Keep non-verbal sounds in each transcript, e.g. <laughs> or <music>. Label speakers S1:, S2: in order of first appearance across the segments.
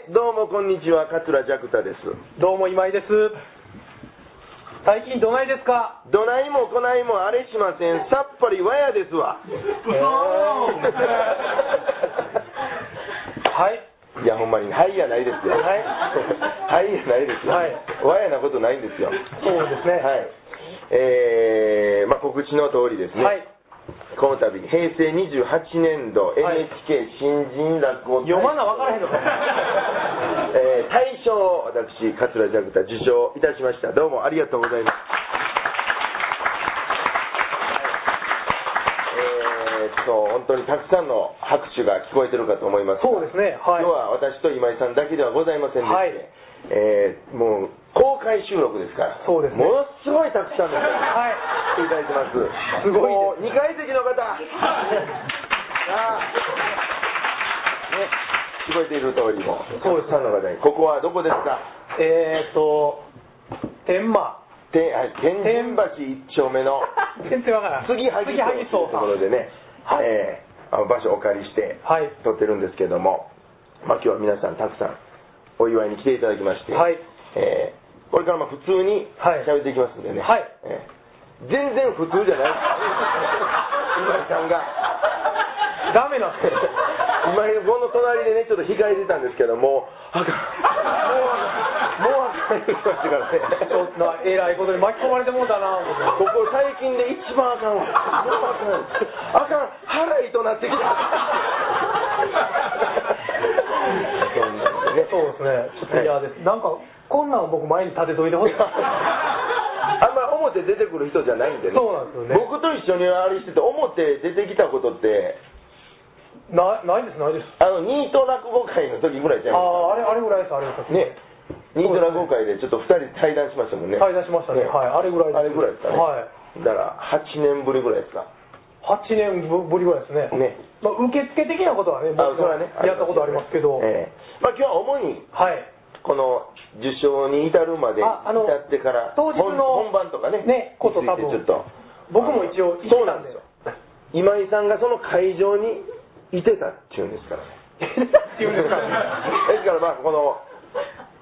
S1: んにちは桂ジャクタです
S2: どうも今井です最近どないですか
S1: どないもこないもあれしませ
S2: <laughs>
S1: んさっぱりわやです <laughs> わ Oh,
S2: はい
S1: いやほんまにはいやないですよ
S2: はい
S1: <laughs> はいやないですよ、
S2: はい
S1: わやなことないんですよ
S2: そうですね
S1: はいえーまあ、告知の通りですね、
S2: はい
S1: この度平成28年度
S2: はい
S1: NHK 新人落語大賞
S2: 読まな分からへんのか
S1: えー大賞を私桂ジャクタ受賞いたしましたどうもありがとうございますえーっと本当にたくさんの拍手が聞こえてるかと思いますが
S2: そうですねはい
S1: 今日は私と今井さんだけではございませんでして、
S2: はい
S1: えーもう公開収録ですから
S2: そうですね
S1: ものすごいたくさんの人に
S2: はい
S1: 来ていただいてます
S2: すごい
S1: もう2階席の方さあね聞こえている通りもた
S2: そうで
S1: く
S2: す
S1: さんの方にここはどこですか
S2: えーっと天満
S1: 天あ天神橋一丁目の
S2: 全然分からん
S1: 杉萩
S2: 杉
S1: 荘
S2: 萩
S1: とい
S2: 荘
S1: うと
S2: さ
S1: ころ
S2: ん
S1: でね、
S2: はい
S1: えーあの場所をお借りして
S2: はい
S1: 撮ってるんですけども、まあ、今日は皆さんたくさんお祝いに来ていただきまして、
S2: はい
S1: えーこれからも普通に
S2: はい
S1: 喋っていきますんでね、
S2: はい
S1: えー全然普通じゃない今井さんが
S2: ダメなんですよ
S1: 今井のこの隣でねちょっと控えてたんですけどもうあかんもうあかんもうあかん言ってましたからね
S2: ちょっとえらいことに巻き込まれてもうたな思って
S1: ここ最近で一番あかんわ。あかん。あかん。腹痛なってきた。そんなんでね
S2: そうですねちょっと嫌です、なんかこんなん僕前に立てといてほし
S1: <laughs>
S2: い
S1: あんま表出てくる人じゃないんでね。
S2: そうなんですよね
S1: 僕と一緒にあれしてて表出てきたことって
S2: なないですないです
S1: あのニート落語会の時ぐらいじ
S2: あ
S1: ゃない
S2: ああれあれぐらいですあれぐらいです
S1: ね。ニート落語会でちょっと二人で対談しましたもんね。
S2: 対談しましたねはいあれぐらいです
S1: あれぐらいですかね。
S2: はい
S1: だから八年ぶりぐらいですか。
S2: 8年ぶぶりぐらいですね
S1: ね
S2: まあ、受付的なことはね
S1: あ
S2: 僕
S1: それはね
S2: やったことありますけど、
S1: ええまあ今日は主に
S2: はい
S1: この受賞に至るまで
S2: ああの
S1: 至ってから
S2: 当日の
S1: 本本番とかね
S2: ねこと
S1: について
S2: 多分
S1: ちょっと
S2: 僕も一応
S1: あのそうなんですよ今井さんがその会場にいてたっていうんです
S2: <laughs>
S1: からね
S2: <laughs> っていうんですか
S1: <laughs> ですからまあこの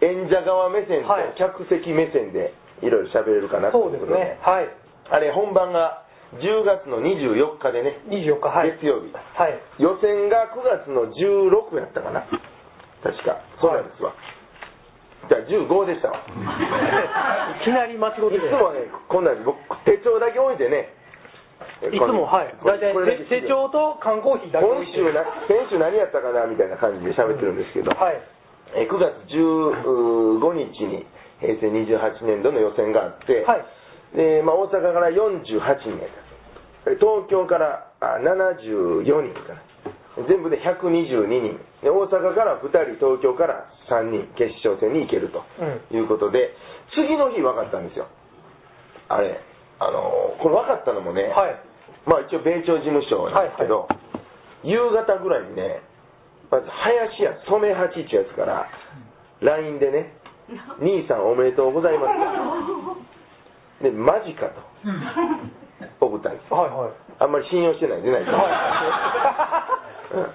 S1: 演者側目線と
S2: はい
S1: 客席目線でいろいろ喋れるかなと
S2: そう
S1: い
S2: で
S1: う
S2: す
S1: こと
S2: ねはい
S1: あれ本番が10月の24日でね
S2: 24日はい
S1: 月曜日
S2: はい
S1: 予選が9月の16やったかな確かそうなんですわ、じゃあ15でしたわ
S2: いきなり間違
S1: い
S2: って
S1: つもね、こんなん僕、手帳だけ置いてね、
S2: いつもはい
S1: これ
S2: 大体
S1: これだけ
S2: 手手帳と缶コーヒーだけ
S1: 今週な、先週何やったかなみたいな感じで喋ってるんですけど、
S2: はい
S1: え9月15日に平成28年度の予選があって、
S2: はい
S1: でまあ、大阪から48人え東京からあ74人かな、全部で122人で、大阪から2人、東京から3人、決勝戦に行けると
S2: う
S1: いうことで、次の日分かったんですよ、あれ、あのーこれ分かったのもね、
S2: はい
S1: まあ、一応、米朝事務所なんですけど、夕方ぐらいにね、まず林家染八ってやつから LINE でね、兄さんおめでとうござい <laughs> ます。で、マジかと送ったんですよ。
S2: はいはい
S1: あんまり信用してないでないです。 <laughs> うん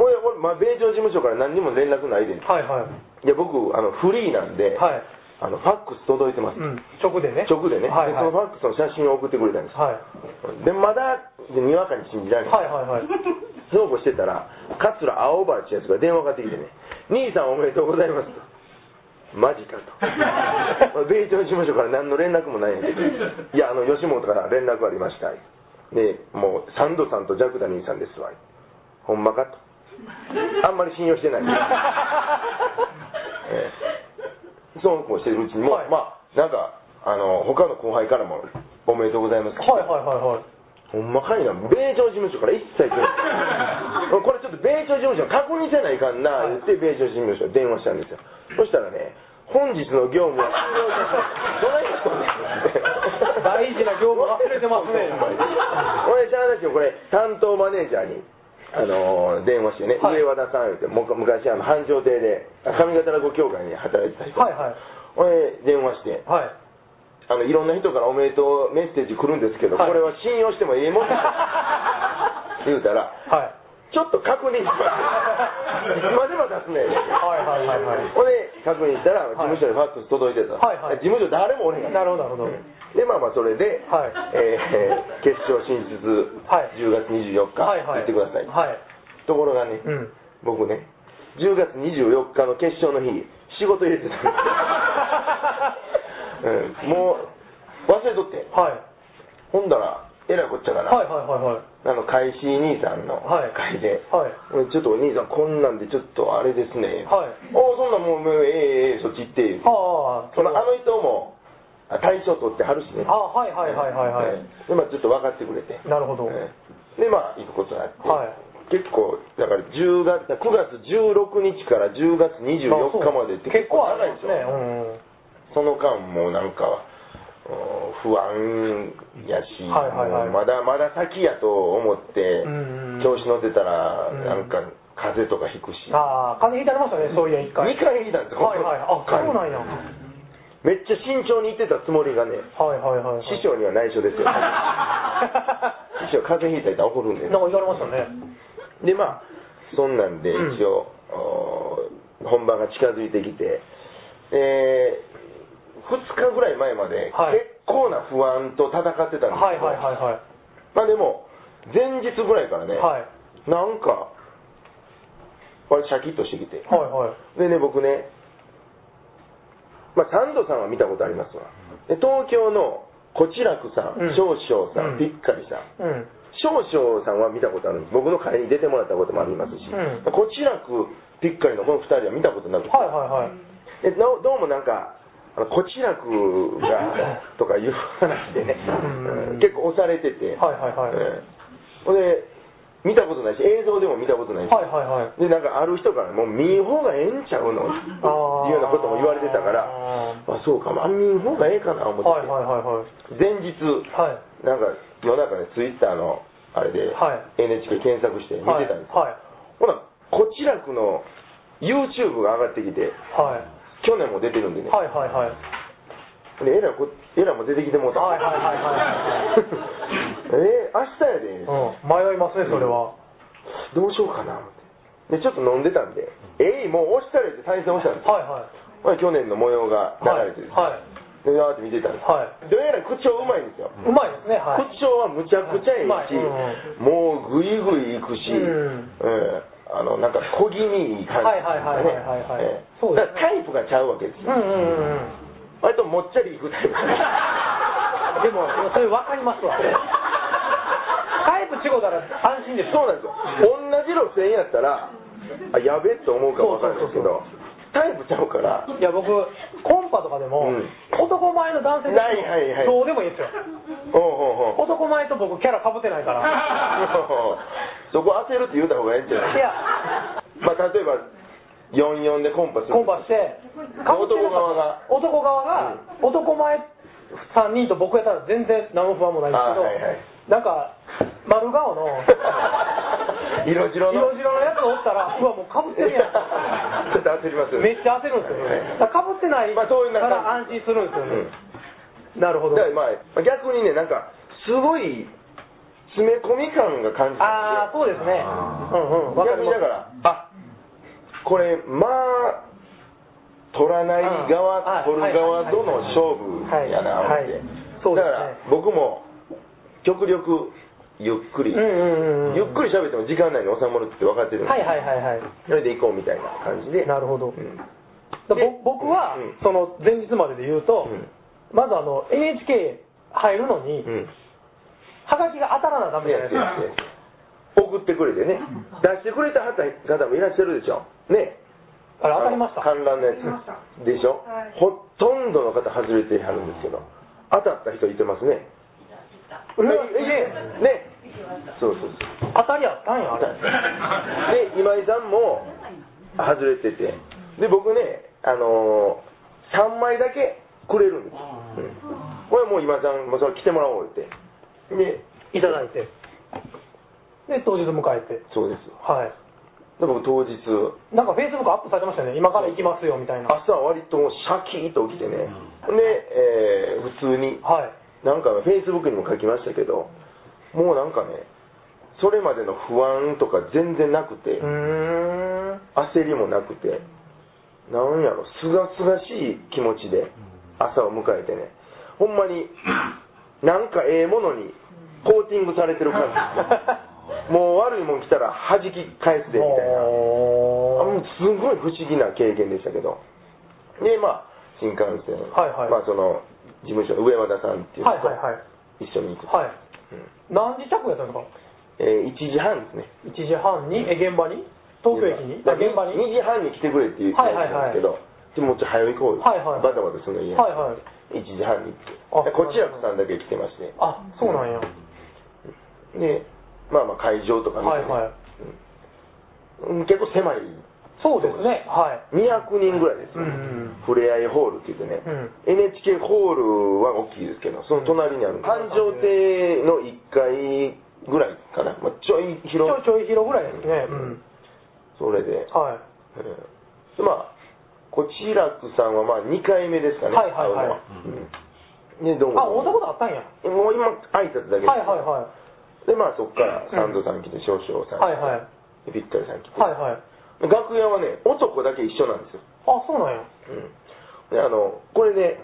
S1: 俺、俺まあ、米朝事務所から何にも連絡ないで、い
S2: はいはい
S1: や、僕、あのフリーなんで、
S2: はい
S1: あのファックス届いてます。
S2: うん直でね
S1: 直でね、
S2: はい
S1: で
S2: はい
S1: そのファックスの写真を送ってくれたんです。
S2: はい
S1: で、まだ、でにわかに信じられない。
S2: はいはいはい
S1: そうこうしてたら、桂青葉ってやつが電話かかってきてね、兄さんおめでとうございますと。マジかと。 <laughs> まあ米朝事務所から何の連絡もないんやけど、いや、あの、吉本から連絡ありました。で、もう、サンドさんとジャクダ兄さんですわ。ほんまかと。あんまり信用して
S2: <laughs>
S1: ない。ええそうこうしてるうちにも、
S2: はい
S1: まあ、なんか、あの、他の後輩からも、おめでとうございます。
S2: はいはいはいはい
S1: ほんまかいな、米朝事務所から一切来ない。
S2: <laughs>
S1: これちょっと米朝事務所に確認せないかんな、言って米朝事務所に電話したんですよ。そしたらね、本日の業
S2: <laughs>
S1: 務は終了いたします。どないやったんですか
S2: 大事な業務忘れてます
S1: <laughs>
S2: ね
S1: 俺、しゃあないですよ、これ、担当マネージャーに、あのー電話してね、
S2: はい
S1: 上和田さん言って、もう昔、あの繁盛亭で、上方落語協会に働いてた人、
S2: はいはい
S1: 俺、電話して、
S2: はい
S1: あのいろんな人からおめでとうメッセージ来るんですけど、
S2: はい
S1: これは信用してもええもんですか言うたら、
S2: はい
S1: ちょっと確認しますいつまでも出すねん
S2: はいはいはいはい
S1: ほんで確認したら事務所にファックス届いてた、
S2: はいはい
S1: 事務所誰もおれへん
S2: なるほどなるほど
S1: でまあまあそれで、
S2: はい
S1: えー決勝進出、
S2: はい
S1: 10月24日、
S2: はいはい
S1: 行ってください、
S2: はい
S1: ところがね、
S2: うん
S1: 僕ね10月24日の決勝の日仕事入れてたん
S2: <laughs>
S1: です、うん、もう忘れとって
S2: はい
S1: ほんだらえらいこっちゃかな、
S2: はいはいはいはい
S1: あの海士兄さんの
S2: はい
S1: 会で、
S2: はい
S1: うんちょっとお兄さんこんなんでちょっとあれですね、
S2: はい
S1: おそんなんもうもうええええそっち行って言うて
S2: はあ
S1: そのあの人もあ大賞取ってはるし
S2: あ
S1: ね
S2: はいはいはいはいはい、
S1: でまあちょっと分かってくれて
S2: なるほど、
S1: ええでまあ行くことになって、
S2: はい
S1: 結構だから10月9月16日から10月24日までって
S2: 結構
S1: 長
S2: 長
S1: い
S2: いですす
S1: でよ
S2: ね、うんうん、
S1: その間もうなんかうん不安やし、
S2: はいはいはい
S1: もうまだまだ先やと思って
S2: うんうん
S1: 調子乗ってたら
S2: うん
S1: なんか風邪とかひくし、
S2: ああ金引いてありましたねそういや一回
S1: 2回ひいたんですよ
S2: はいはいあそうなんや
S1: めっちゃ慎重に行ってたつもりがね
S2: はいはいはいはい <laughs>
S1: 師匠には内緒ですよ師匠風邪ひいたら怒るんで、
S2: なんか言われましたね
S1: でまあそんなんで
S2: うん
S1: 一応、おー本番が近づいてきてえ2日ぐらい前まで
S2: はい
S1: 結構な不安と戦ってたんですけど、
S2: はいはいはいはい
S1: まあでも前日ぐらいからね、
S2: はい
S1: なんか割とシャキッとしてきて
S2: はいはい
S1: でね僕ねまあサンドさんは見たことありますわで東京のこちらくさ
S2: う
S1: ん
S2: ん
S1: 少々さ
S2: う
S1: ん、
S2: ん
S1: ぴっかりさん
S2: うん
S1: 少々さんは見たことあるんです僕の会に出てもらったこともありますし、
S2: うん
S1: こちらくぴっかりのこの2人は見たことなくて、
S2: はいはいはい
S1: えなおどうもなんかあのこちらくがとかいう話でね、
S2: うん
S1: うん結構押されてて、
S2: はいはいはい
S1: ええほんで見たことないし映像でも見たことないし、
S2: はいはいはい
S1: でなんかある人からもう見ん方がええんちゃうのっていうようなことも言われてたから
S2: あ
S1: あそうかまあ見ん方がええかな思って、
S2: はいはいはいはい
S1: 前日
S2: はい
S1: なんか夜中にツイッターのあれで
S2: は
S1: NHK 検索して見
S2: はい
S1: てたんです、
S2: はい
S1: ほなこちらくの YouTube が上がってきて
S2: はい
S1: 去年も出てるんでね、
S2: はいはいはい
S1: でエラこエラも出てきてもうた
S2: はいはいはいはい
S1: <laughs> え明日やで、
S2: うん迷いますねそれは
S1: どうしようかな思ってでちょっと飲んでたんで「えいもう押したれ」って対戦押したんですよ
S2: はいはい
S1: まあ去年の模様が
S2: はい
S1: 流れてる、
S2: は
S1: でわーって見てたんです、
S2: は
S1: でえら口調うまいんですよ、
S2: いうまいですねはい
S1: 口調はむちゃくちゃええ
S2: うまい
S1: し、
S2: う
S1: もうぐいぐいいくし、
S2: うん
S1: ええあのなんか小気味いい感じ、
S2: はいはいはいはいはいはい
S1: ええ
S2: そう
S1: だ
S2: ですね
S1: からタイプがちゃうわけです
S2: う
S1: よ、
S2: んうんうんうん
S1: 割ともっちゃりいくタイプ
S2: でもそれ分かりますわタイプ違うから安心です
S1: そうなんですよ同じ路線やったらあやべえと思うか分からないですけどタイプちゃうから
S2: いや僕コンパとかでも、
S1: うん
S2: 男前の男性です
S1: はいはいはい
S2: どうでもいいですよ
S1: おうおうおう
S2: 男前と僕キャラかぶってないから
S1: <laughs> そこ焦るって言うた方がええんちゃう
S2: いや
S1: まあ例えば44でコンパする
S2: コンパしてかぶってる
S1: 男側が
S2: 男側が、男前3人と僕やったら全然何も不安もないんですけど、
S1: あはいはい
S2: なんか丸顔の
S1: <laughs>
S2: <laughs>
S1: 色白の
S2: 色白のやつがおったらうわもうかぶってるやん
S1: <laughs> ちょっと焦りますよね
S2: めっちゃ焦るんですよ、
S1: はいはい
S2: だからかぶってない
S1: ま
S2: か
S1: あそういう中
S2: ら安心するんですよね、なるほ
S1: うん
S2: ど
S1: だからまあ逆にねなんかすごい詰め込み感が感じて
S2: ああそうですねうんうんわか
S1: 逆
S2: り
S1: に
S2: ます
S1: だからあこれまあ取らない側
S2: うんあ
S1: 取る側との勝負やな思
S2: は
S1: っ
S2: いはい
S1: て
S2: そう
S1: だ
S2: ですね
S1: から僕も極力ゆっくり
S2: うんうんうんうん
S1: ゆっくり喋っても時間内に収まるって分かってるんで
S2: はいはいはいはい
S1: それで行こうみたいな感じで
S2: なるほど、
S1: うん
S2: だからぼ僕は、
S1: うん
S2: その前日までで言うと、
S1: うん
S2: まずあの NHK 入るのに、
S1: うん
S2: はがきが当たらなダメじゃないですか
S1: 送ってくれてね出してくれた方もいらっしゃるでしょね
S2: あれ当たりました
S1: あの観覧のや
S3: 当たりました
S1: つでしょ、
S3: はい
S1: ほとんどの方外れてはるんですけど当たった人いてますね
S2: うわす
S1: ね
S2: げえ
S1: ねそうそうそう
S2: 当たりやったんやあれ
S1: で今井さんも外れててで僕ねあの3枚だけくれるんですよ、うんこれもう今井さんもうそれ来てもらおうってで
S2: いただいてで当日迎えて
S1: そうです
S2: はい
S1: で僕当日
S2: なんかフェイスブックアップされてましたよね今から行きますよみたいなは
S1: 朝割ともうシャキーンと起きてね、で、えー普通
S2: い
S1: になんかフェイスブックにも書きましたけどもうなんかねそれまでの不安とか全然なく
S2: うー
S1: て、
S2: ん。
S1: 焦りもなくて、なんやろ、すがすがしい気持ちで朝を迎えてね、ほんまに、なんかええものにコーティングされてる
S2: <laughs>
S1: 感じ。もう悪いもん来たら弾き返 <laughs> すでみたいな。あもうすごい不思議な経験でしたけど。で、まあ、新幹線、
S2: はいはい
S1: まあその、事務所の上和田さんっていう人
S2: はい
S1: と
S2: はいはい。
S1: 一緒に行く。
S2: はい。
S1: うん
S2: 何時着やったんですか
S1: えー1時半ですね。
S2: 1時半に、え、現場に東京駅にあ、現場に
S1: 2時半に来てくれって言って
S2: はいはいはい
S1: たんですけど、でもうちょっと早い行こうよ、
S2: はいはい
S1: バタバタするの嫌、
S2: はいはい。
S1: 1時半に行って
S2: あ
S1: でこっちらさんだけ来てまして
S2: あ、そうなんや。
S1: でまあまあ会場とか見
S2: はい
S1: て、
S2: はい。
S1: うん結構狭い
S2: そうですね。はい。
S1: 200人ぐらいで
S2: う
S1: すよ、
S2: ん
S1: ふれあいホールって言ってね、
S2: うん。うん。
S1: NHK ホールは大きいですけどその隣にある環状亭の1階ぐらいかな、まあ、ちょい
S2: ちょ
S1: 広
S2: いちょい広ぐらいですね。うん。
S1: それで、
S2: はい。
S1: うんでまあこちらくさんはまあ2回目ですかね
S2: はいはいはい
S1: 会うのはうんねどうも
S2: あ、おったことあったんや。は
S1: もう今挨拶だけ
S2: い
S1: です
S2: はいは
S1: でまあそこからサンドさん来て少々
S2: い。
S1: さ
S2: は
S1: ん
S2: い
S1: 来
S2: はい。
S1: てピッタリさん来て
S2: はいはい。
S1: 楽屋はね男だけ一緒なんですよ、
S2: あ、そうなんや。
S1: うんであのこれね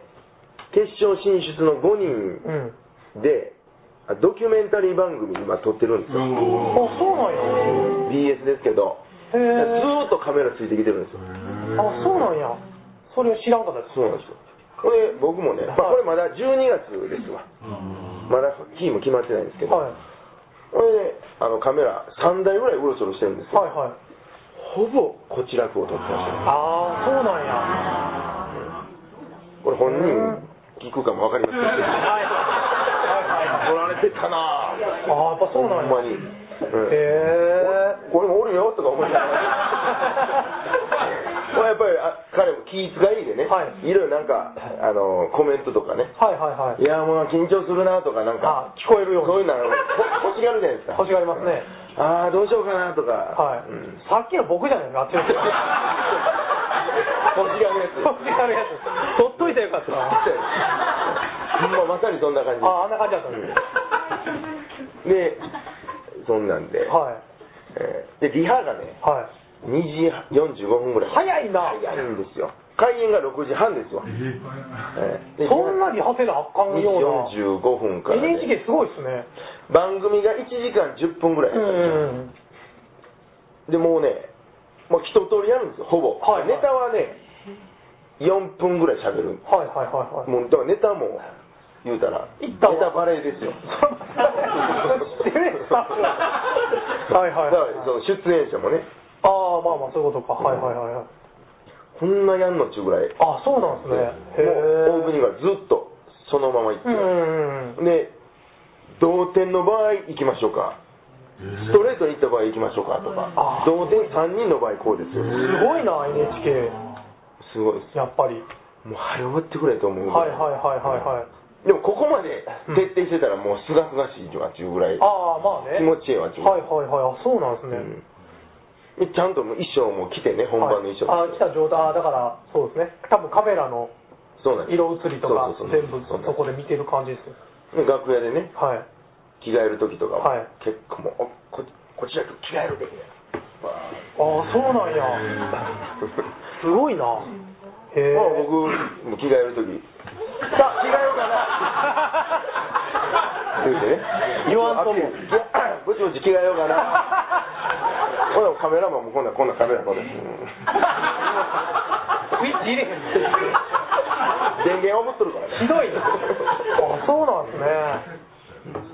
S1: 決勝進出の5
S2: うん。
S1: 人であドキュメンタリー番組今撮ってるんですよ
S2: あ、そうなんや。
S1: BS ですけど
S2: へ
S1: ず
S2: え。
S1: ーっとカメラついてきてるんですよ
S2: あ、そうなんや。それ知らんかったです。
S1: そうなんですよこれ僕もね、まあ、これまだ12月ですわまだ日も決まってないんですけど、
S2: はい。
S1: これねあのカメラ3台ぐらいうろちょろしてるんですよ、
S2: はいはい。
S1: ほぼこちらくを撮ってましたね
S2: ああ、そうなんや。
S1: これ本人聞くかも分かりませんけど
S2: はいはいはい
S1: 撮られてたなぁ
S2: ああ、やっぱそうなんや。
S1: ほんまに、うん
S2: へえ。
S1: これもおるよとか思いな
S2: <laughs>
S1: がらまあやっぱりあ彼も気遣いでね、、
S2: はい
S1: ろいろなんかあのコメントとかね
S2: はいはいはい
S1: い。やもう緊張するなとかなん
S2: あ、
S1: か
S2: 聞こえるように。
S1: そういうのほ欲しがるじゃないですか
S2: 欲しがりますね。
S1: ああどうしようかなとか、
S2: はい。
S1: うん <laughs>
S2: さっきの僕じゃないですか、あっちの人。
S1: 欲しがるやつ
S2: 欲しがるやつ。取っといてよかったな。
S1: ほんままさにそんな感
S2: ああ、あんな感じだったんですね。
S1: じでそんなんで、
S2: はい。
S1: えーでリハがね
S2: はい。
S1: 2時45分ぐらい
S2: 早いな。
S1: 早いんですよ開演が6時半ですわ、えーで
S2: そんなに果てなあかんよ
S1: 2
S2: う
S1: 時45分か
S2: な。
S1: らね、
S2: NHK すごいですね。
S1: 番組が1時間10分ぐらい、
S2: うん。
S1: でもうね、まあ、一通りやるんですよほぼ、
S2: はいはい
S1: ネタはね4分ぐらい喋る
S2: はいはいはいはい。
S1: もうだからネタも言うたら
S2: 一
S1: ネ
S2: <laughs> 旦は
S1: タバレーですよ
S2: 知ってるやつだはいはいはい
S1: <laughs> だからその出演者もね
S2: ああ、まあまあ、そういうことか。はいはいはいはい。
S1: こんなやんのっちゅうぐらいも
S2: あそうなんですね。
S1: うオープニン
S2: グ。
S1: グはずっとそのまま行って、
S2: うんうんうん。
S1: で同点の場合行きましょうかストレートに行った場合行きましょうかとか
S2: あー
S1: 同点3人の場合こうですよ
S2: すごいな、NHK。
S1: すごいです
S2: やっぱり。
S1: もう早終わってくれと思うぐ
S2: はい
S1: らい
S2: はいはいはいはい。
S1: でもここまで徹底してたらもうすがすがしいわっちゅうぐらい、
S2: ああ、まあね。
S1: 気持ちええわっちゅうぐ
S2: は
S1: ら
S2: いはいはい。あ、そうなんですね。
S1: い、うんでちゃんともう衣装も着てね本番の衣装、
S2: はいあ来た状態、あだから、そうですね。多分カメラの
S1: そうなんです
S2: 色移りとか、
S1: そうそうそう
S2: 全部
S1: そう
S2: そこで見てる感じですよ。
S1: で楽屋でね
S2: はい。
S1: 着替える時とかも、
S2: はい
S1: 結構もうおここちらと着替えるでまあ
S2: ああ、そうなんや。すごいな。へえ。
S1: まあ僕も着替える時さあ着替えようか <laughs> な言うてね
S2: 言わんとも
S1: アピールいやぼちぼち着替えようかなほらカメラマンもこんなんこんなんカメラこれ、うん
S2: スイッチ入れへんね
S1: 電源を持っとるから
S2: ひ
S1: ね
S2: どいね。あ、そうなんですね。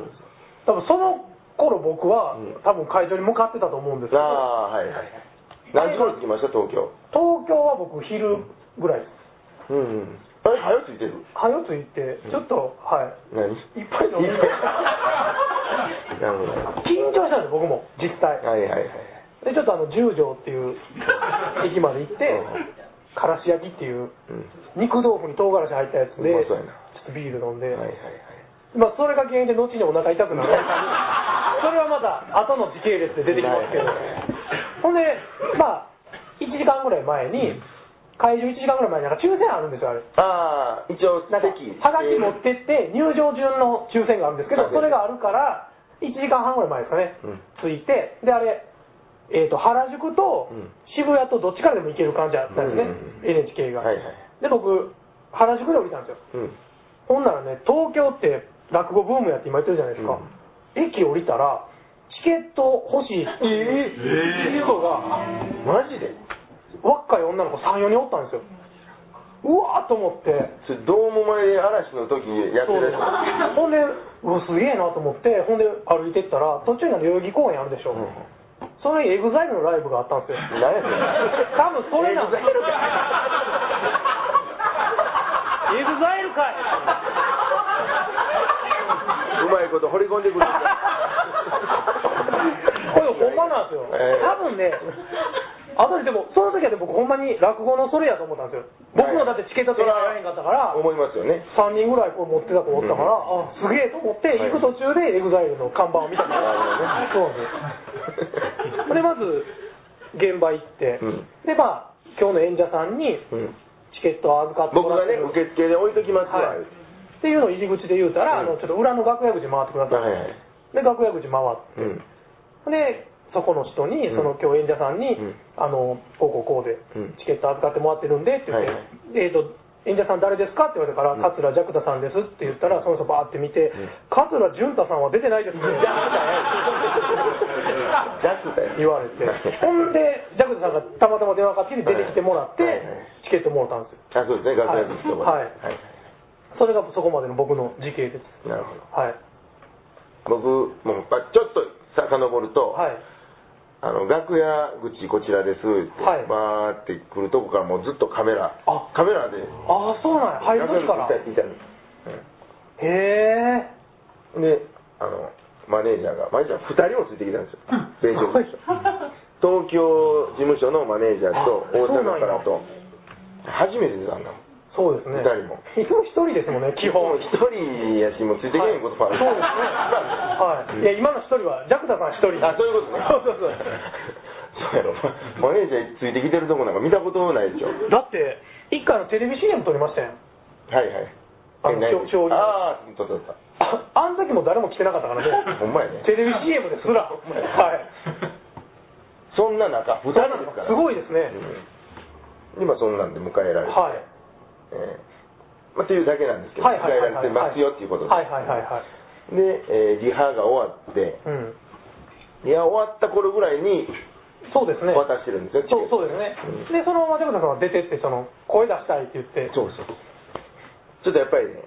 S2: 多分その頃僕は
S1: うん、
S2: 多分会場に向かってたと思うんですけ
S1: な
S2: ど、
S1: あはいはい何時頃着きました東京
S2: 東京は僕昼ぐらいです。
S1: うん、うん、あれ早着いてる
S2: 早ついて、ちょっと、はい。
S1: 何
S2: いっぱい飲んで <laughs>
S1: いっぱいなるほど
S2: 緊張したんです僕も実際
S1: はいはいはい
S2: でちょっとあの十条っていう駅まで行ってからし焼きっていう
S1: うん
S2: 肉豆腐に唐辛子入ったやつで
S1: うま
S2: ち
S1: そう
S2: ょ
S1: やな
S2: っとビール飲んで、
S1: はいはいはい
S2: まあそれが原因で後にお腹痛く
S1: <laughs>
S2: なるそれはまた後の時系列で出てきますけど
S1: はいはいはい
S2: ほんでまあ1時間ぐらい前に会場1時間ぐらい前になんか抽選あるんですよあれ
S1: ああ一応
S2: なんか
S1: 席
S2: はがき持ってって入場順の抽選があるんですけどそれがあるから1時間半ぐらい前ですかね、
S1: うん
S2: 着いてであれ、えー、と原宿と
S1: うん
S2: 渋谷とどっちからでも行ける感じだったんですね、
S1: うん
S2: NHK が、
S1: はいはい
S2: で僕原宿で降りたんですよ
S1: うん
S2: ほんならね東京って落語ブームやって今言ってるじゃないですか、
S1: うん
S2: 駅降りたらチケット欲しいっていう人が
S1: マジで
S2: 若い女の子34人おったんですようわーと思って
S1: それドーム前で嵐の時にやって
S2: そう
S1: る
S2: で
S1: や
S2: す
S1: つ
S2: ほんでうわすげえなと思ってほんで歩いてったら途中にあの代々木公園あるでしょ、
S1: うん
S2: そのエグザイルのライブがあったんですよ
S1: 何やそれ
S2: 多分それなんですよ
S1: EXILE か
S2: エグザイルかいう
S1: まいこと掘り込んでくる
S2: これほんまなんですよ、
S1: ええ
S2: 多分ねあとででもその時はね僕ほんまに落語のそれやと思ったんですよ僕もだってチケット取られへんかったから
S1: 思いますよね
S2: 3人ぐらいこれ持ってたと思ったから、あすげえと思って
S1: はい
S2: 行く途中で EXILE の看板を見たんです
S1: な
S2: そう
S1: るほ <laughs>
S2: なんです <laughs> よでまず現場行って、
S1: うん
S2: でまあ今日の演者さんに
S1: うん
S2: チケットを預かって
S1: 僕
S2: もらっ
S1: が
S2: て
S1: ね
S2: る
S1: 受付で置いときますわ
S2: はいっていうのを入り口で言うたら、あのちょっと裏の楽屋口回ってください、
S1: はいはい
S2: で楽屋口回っ
S1: うん
S2: てでそこの人に、
S1: うん
S2: その今日演者さんに、
S1: うん
S2: あのこうこうこうで、
S1: うん
S2: チケット預かってもらってるんでって言って、
S1: はいはい
S2: でえーと演者さん誰ですかって言われたから、
S1: ん
S2: 桂ジャクタさんですって言ったらその人バーって見て、桂淳太さんは出てないですね
S1: ジャクタや
S2: 言われ
S1: <laughs>
S2: てほんでジャクタさんがたまたま電話かけて出てきてもらって、
S1: はいはい
S2: チケットもらったんですよ
S1: あそうですね楽屋口とか
S2: はいそれがそこまでの僕の時系です
S1: なるほど
S2: はい
S1: 僕もうまあちょっと遡ると、
S2: はい
S1: あの楽屋口こちらですって、
S2: はい
S1: バーって来るとこからもうずっとカメラ
S2: あ
S1: カメラで
S2: ああそうなんや入る時から
S1: 楽屋口いたいたんです
S2: へえ
S1: うんであのマネージャーがマネージャー2人もついてきたんですよ米朝事務所東京事務所のマネージャーと
S2: あ
S1: 大
S2: そうなん
S1: 阪
S2: や
S1: からと初めて出たんだもん
S2: そうですね
S1: 二人も
S2: 基本一人ですもんね基
S1: 基本
S2: 本
S1: 一人やしもうついてけへんこともある
S2: そうですねはい、いや今の一人はジャクタさん一人
S1: あそういうことね
S2: <laughs> そうそうそう
S1: そうやろマネージャーついてきてるとこなんか見たことないでしょ
S2: だって一回のテレビ CM 撮りましたよ
S1: はいはい
S2: あの
S1: えない
S2: しょ醤油
S1: ああー撮った撮った
S2: ああん時も誰も来てなかったからね
S1: ほんまやね
S2: テレビ CM ですらは
S1: ほんまや
S2: い
S1: そんな中2人ですから
S2: すごいですね、
S1: うん今そんなんで迎えられて、
S2: はい
S1: えーまあ、というだけなんですけど、
S2: はいはいはいはい
S1: 迎えられてますよっていうことで、
S2: はいはいはいはい
S1: で、えーリハが終わって
S2: うん
S1: リハ終わった頃ぐらいに
S2: そうですね
S1: 渡してるんですよ、
S2: そうそうですね、でそのままジャクタさんは出てってその声出したいって言って
S1: そうそうちょっとやっぱりね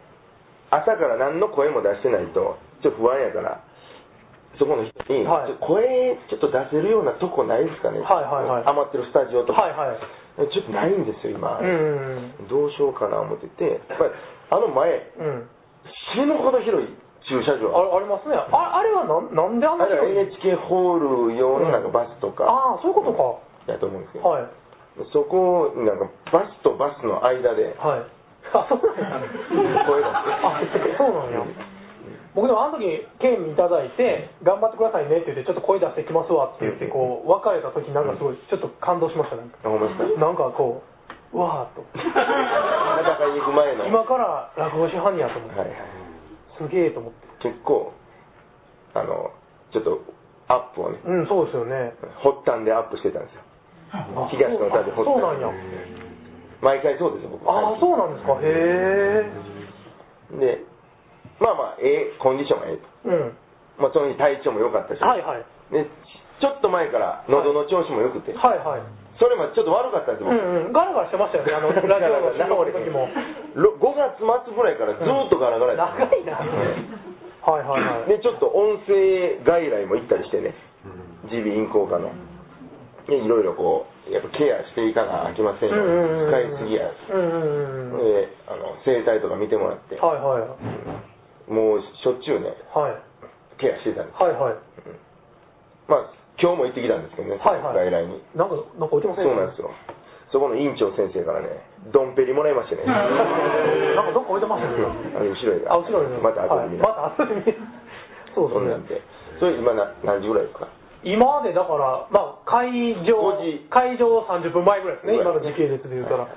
S1: 朝から何の声も出してないとちょっと不安やからそこの人に、
S2: はい
S1: ちょっと声ちょっと出せるようなとこないですかね、
S2: はいはいはい
S1: 余ってるスタジオと
S2: は
S1: か、
S2: いはい
S1: ちょっとないんですよ
S2: う
S1: 今、
S2: ん
S1: どうしようかな思っててやっぱりあの前
S2: うんうん
S1: 死ぬほど広い駐車場
S2: あありますねああれはなんなんであん
S1: あ
S2: な
S1: れ
S2: 広
S1: は
S2: い
S1: NHK ホール用のなんかバスとか
S2: ああそういうことか、
S1: やと思うんですけど、
S2: はい
S1: そこなんかバスとバスの間で
S2: はいあそうなんや
S1: 声出
S2: あ
S1: して
S2: そうなんや僕でもあの時県いただいて「頑張ってくださいね」って言って「ちょっと声出してきますわ」って言ってこう別れた時なんかすごいちょっと感動しましたね
S1: あほんまですか
S2: なんかこううわーっと
S1: 戦いに行く前の
S2: 今から落語師範やと思って
S1: はいはい、
S2: すげえと思って
S1: 結構あのちょっとアップをね
S2: うんそうですよね
S1: 発端でアップしてたんですよ
S2: あ
S1: 東の歌で
S2: そうそうなんや
S1: 毎回そうですよ僕
S2: ああそうなんですかへ
S1: うでまあまあええコンディションがええと、
S2: えうん
S1: まあ、その日体調も良かったし、
S2: はいはい
S1: でちょっと前から喉の調子も良くて、
S2: はいはい
S1: それまでちょっと悪かったんです
S2: う
S1: よ、
S2: んうん、
S1: 僕
S2: ガラガラしてましたよね、あの <laughs> ラジオの収録の時
S1: <laughs>
S2: も。
S1: ろ5月末ぐらいからずっとガラガラ
S2: 長
S1: です
S2: いな。はいはいはい。
S1: <laughs> でちょっと音声外来も行ったりしてね耳鼻咽喉科のでいろいろこうやっぱケアしていかなあきませんよ
S2: うんうんうん
S1: 使いすぎや
S2: うんうんうん。はい
S1: であの整体とか見てもらって
S2: はい。
S1: もうしょっちゅうね
S2: はい。
S1: ケアしてたんです
S2: はいはい。
S1: まあ今日も行ってきたんですけどね、
S2: はいはい
S1: 外来に
S2: なんか、なんか置いてま
S1: そ
S2: せん
S1: うなんですよそこの院長先生からねドンペリもらいま
S2: <laughs>
S1: してね
S2: なんかどっか置いてますね。
S1: あの後ろへ
S2: あ、後ろに。
S1: また後
S2: はい
S1: で見る、
S2: また後で見る。そう
S1: そんな
S2: で
S1: ん
S2: すね。
S1: でそれ今な何時ぐらいですか
S2: 今までだから、まあ、会場
S1: 5時、
S2: 会場30分前ぐらいですね、
S1: ぐら
S2: 今
S1: い
S2: の時系列で言うた
S1: はい
S2: ら
S1: は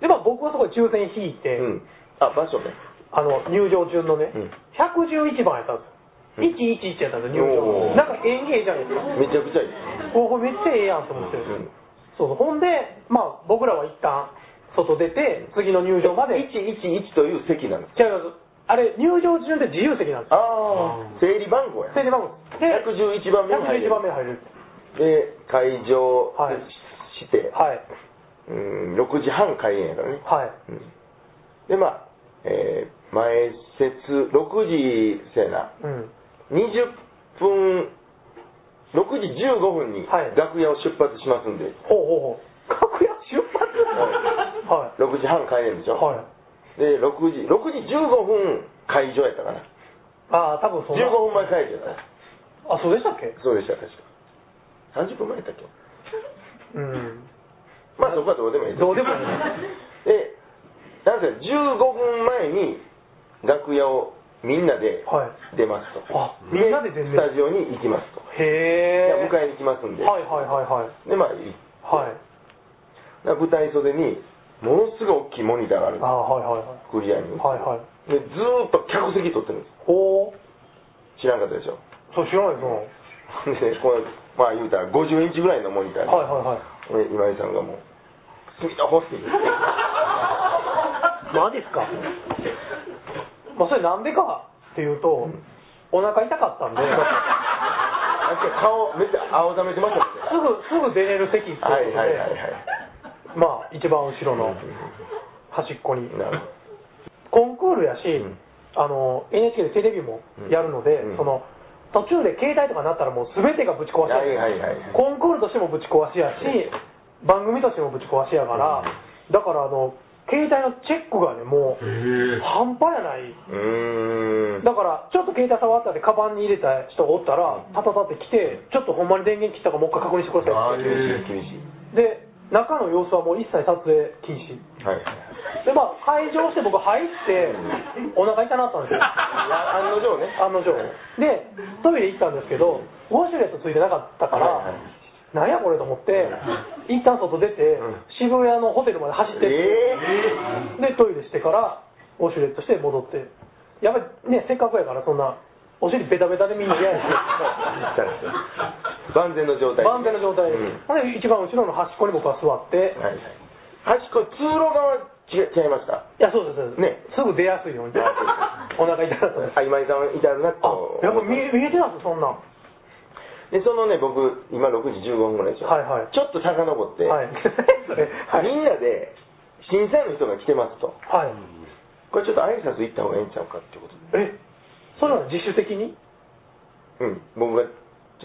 S1: い。
S2: で、まあ僕はそこで抽選引いて、
S1: うんあ場所ね
S2: あの、入場中のね
S1: うん、
S2: 111番やったんですよ。 111やったんですよ
S1: お
S2: 入
S1: ー
S2: 場なんか演芸じゃないですか
S1: めちゃくちゃいい。
S2: おこれめっちゃええやんと思って、
S1: うん
S2: そうほんでまあ僕らは一旦外出て次の入場まで
S1: 111という席なんです。
S2: 違うあれ入場順で自由席なんですよ
S1: ああ、整理番号や。
S2: 整理番号で
S1: 111番目に入
S2: 111
S1: れる
S2: 番目に入れる
S1: で、会場
S2: はい
S1: しして、
S2: はい
S1: うん、6時半開演やからね。
S2: はい
S1: うんで、まあ、えー前節、6時せやな、
S2: うん
S1: 20分、6時15分に
S2: はい
S1: 楽屋を出発しますんで、
S2: ほうほうほう楽屋出発は
S1: 6時半開演でし
S2: い
S1: ょ。
S2: はい
S1: で、6時、6時15分会場やったかな。
S2: ああ多分そうだ
S1: 15分前会場やったな。
S2: あそうでしたっけ
S1: そうでした、確か。30分前やったっけ
S2: うん
S1: まあそこはどうでもいい
S2: どうでもいい
S1: で、なんせ15分前に楽屋をみんなで
S2: は
S1: 出ますと。
S2: あみんなで出んね
S1: スタジオに行きますと。
S2: へえ
S1: いや迎えに行きますんで。
S2: はいはいはいはい
S1: で、まあ、い
S2: はい
S1: だから舞台袖にものすごい大きいモニターがある
S2: あ
S1: んで
S2: あはいはいはい
S1: すクリアに。
S2: はいはい
S1: で、ずーっと客席取ってるんで
S2: ほう
S1: す。知らんかったでしょ。
S2: そう知らないぞ
S1: で、これ、まあ言うたら50インチぐらいのモニターに
S2: はいはいはい
S1: で今井さんがもう、隅田欲しい。
S2: マジっすかまあそれなんでかっていうと、お腹痛かったんで
S1: なんか顔めっちゃ青ざめてましたもんね。
S2: すぐすぐ出れる席っていうこと
S1: はい
S2: で、ま
S1: はいはいはい。
S2: あ一番後ろの端っこに
S1: なるほど
S2: コンクールやし、
S1: ん
S2: あの NHK でテレビもやるので、
S1: うん
S2: その途中で携帯とかになったらもう全てがぶち壊しや、
S1: はいはいはいはい
S2: コンクールとしてもぶち壊しやし番組としてもぶち壊しやから、だからあの携帯のチェックがねもう半端やないう
S1: ーん。
S2: だからちょっと携帯触ったでカバンに入れた人おったらタタタって来てちょっとほんまに電源切ったかもう一回確認してくださ
S1: ああ、
S2: い
S1: 厳しい厳しい。
S2: で中の様子はもう一切撮影禁止
S1: はいはいはい。
S2: でまあ会場して僕入ってお腹痛なったん
S1: <laughs>
S2: ですよ
S1: いや案の定ね。
S2: 案の定でトイレ行ったんですけどウォシュレットついてなかったから、
S1: はいはい
S2: なんやこれと思って一旦外出て
S1: ん
S2: 渋谷のホテルまで走ってって、でトイレしてからウォシュレットして戻ってやっぱりねせっかくやからそんなお尻ベタベタでみんな嫌
S1: <laughs>
S2: やし
S1: 万全の状態。
S2: 万全の状態で、
S1: うん
S2: ほんで一番後ろの端っこに僕は座って、
S1: はいはい。端っこ、通路側違違いました。
S2: いやそうですそうです、
S1: ね
S2: すぐ出やすいようにお腹痛かったです
S1: あ、今井さんいたる
S2: あ
S1: なと。
S2: やっぱ見え見えてたんですよそんなん
S1: で、そのね、僕、今6時15分ぐらいでしょ。
S2: はいはい
S1: ちょっと遡って、
S2: はい
S1: <laughs>
S2: それはい
S1: みんなで、審査員の人が来てますと。
S2: はい
S1: これちょっと挨拶行った方がええんちゃうかってこと
S2: えそれは自主的に
S1: で。うん。僕が、ちょ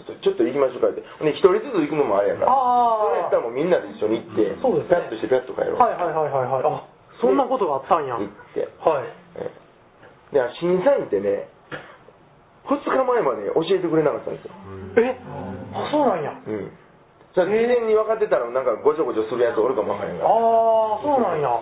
S1: っと、ちょっと行きましょうかって。ほんで、一人ずつ行くのもあれやから。それや
S2: ああ
S1: ったらもうみんなで一緒に行って、
S2: そうですね
S1: ピャッとしてピャッと帰ろう。
S2: はいはいはいはいはいあそんなことがあったんや
S1: 行って。
S2: はい
S1: ええで、審査員ってね、2日前まで教えてくれなかったんですよ。
S2: えあそうなんやあ
S1: うん。じゃあ、事前に分かってたら、なんかごちょごちょするやつおるかもわからへんか
S2: あ
S1: ら。
S2: そうなんや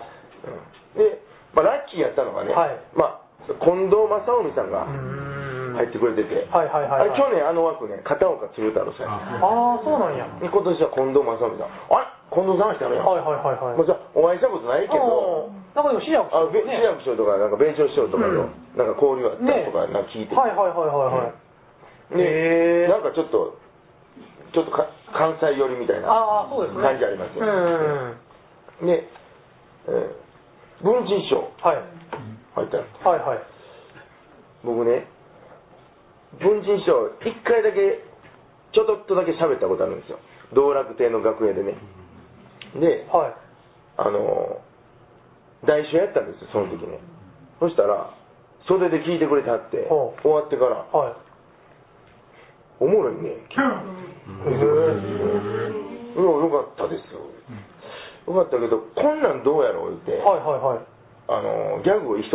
S1: うんで、まあ、ラッキーやったのがね、
S2: はい
S1: まあ、近藤正臣さんが
S2: うーん
S1: 入ってくれてて、
S2: はいはいはいはい
S1: あれ去年あの枠ね、片岡鶴太郎さんや
S2: ああそうなんや
S1: で今年は近藤正臣さん、あれ近藤さん来たのよ、
S2: はいはいはいはい
S1: まあ、じゃあお会いしたことないけど、
S2: うんなんかでも市役
S1: あ
S2: 所
S1: べ市役所とか、なんか米朝市長とか
S2: う
S1: の、なんか交流あった
S2: ね
S1: とか、なんか聞いて、
S2: はいはいはいはいはいへ
S1: で
S2: え
S1: なんかちょっと、ちょっとか関西寄りみたいな
S2: ああそうですね
S1: 感じありますよ
S2: うん
S1: で、えー文珍師匠
S2: はい
S1: 入ったの
S2: はいはい
S1: 僕ね文人賞一回だけちょっとだけ喋ったことあるんですよ道楽亭の楽屋でねで
S2: はい
S1: あの代書やったんですよその時ねそしたら袖で聞いてくれてはって
S2: ほう
S1: 終わってから
S2: はい
S1: 「おもろい
S2: へ
S1: ね」
S2: え
S1: うんよかったですよ」よかったけどこんなんどうやろう言って、
S2: はいはいはい
S1: あのギャグを一つ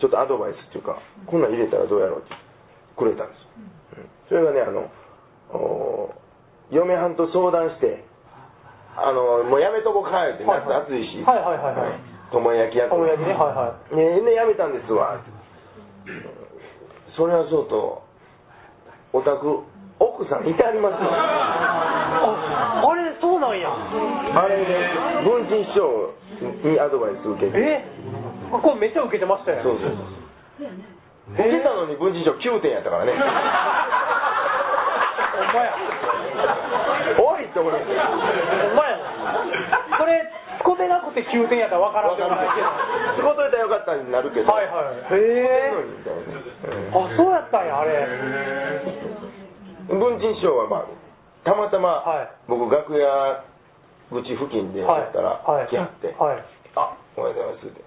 S1: ちょっとアドバイスっていうかこんなん入れたらどうやろうってくれたんですよ、うんそれがねあのお嫁はんと相談してあのもうやめとこかって
S2: はい
S1: 夏
S2: はい
S1: 暑いし
S2: はいはいはいはい
S1: 友焼きやって
S2: この焼きねはいは
S1: ねねやめたんですわそれはそうとお宅奥さんいてあります
S2: い
S1: わ
S2: <laughs> ああれそうなんや
S1: あれね文珍師匠にアドバイス受けて
S2: えこれめっちゃ受けてましたよ
S1: そうそうそう受けたのに文珍師匠急終点やったからね
S2: <laughs> ほんまや
S1: おいって思いまし
S2: ほんまやそれ使てなくて9点やったら分からんでもないけど
S1: 仕事やったらよかったになるけど
S2: はいはいへえ
S1: みたいなね
S2: あそうやったんやあれ
S1: 文珍師匠は、まあ、たまたま、
S2: はい
S1: 僕楽屋口付近でや
S2: はい
S1: ったら、
S2: はい
S1: 来はって、
S2: はい
S1: あおはようございますって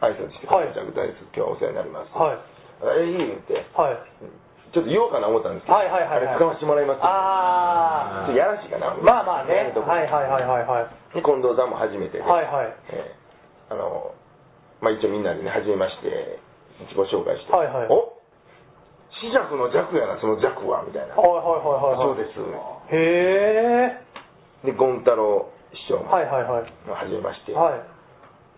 S1: 挨拶して「
S2: はい
S1: じゃあ具体です今日はお世話になります」
S2: はい
S1: あえいい」言って
S2: はい
S1: ちょっと言おうかな思ったんですけど、
S2: はいはいはいはい
S1: あれ使わせてもらいますち
S2: あ
S1: ょっとやらしいかな
S2: あまあまあね
S1: とこ
S2: はいはいはいはいはい
S1: で近藤さんも初めてで、
S2: はいはい
S1: えーあのまあ、一応みんなでね初めまして自己紹介して「
S2: はいはい
S1: お死弱の弱やなその弱は」みたいな
S2: はいはいはいはい
S1: そうです
S2: すへえ
S1: で権太郎師匠も、
S2: はいはいはい
S1: まあ初めまして、
S2: はい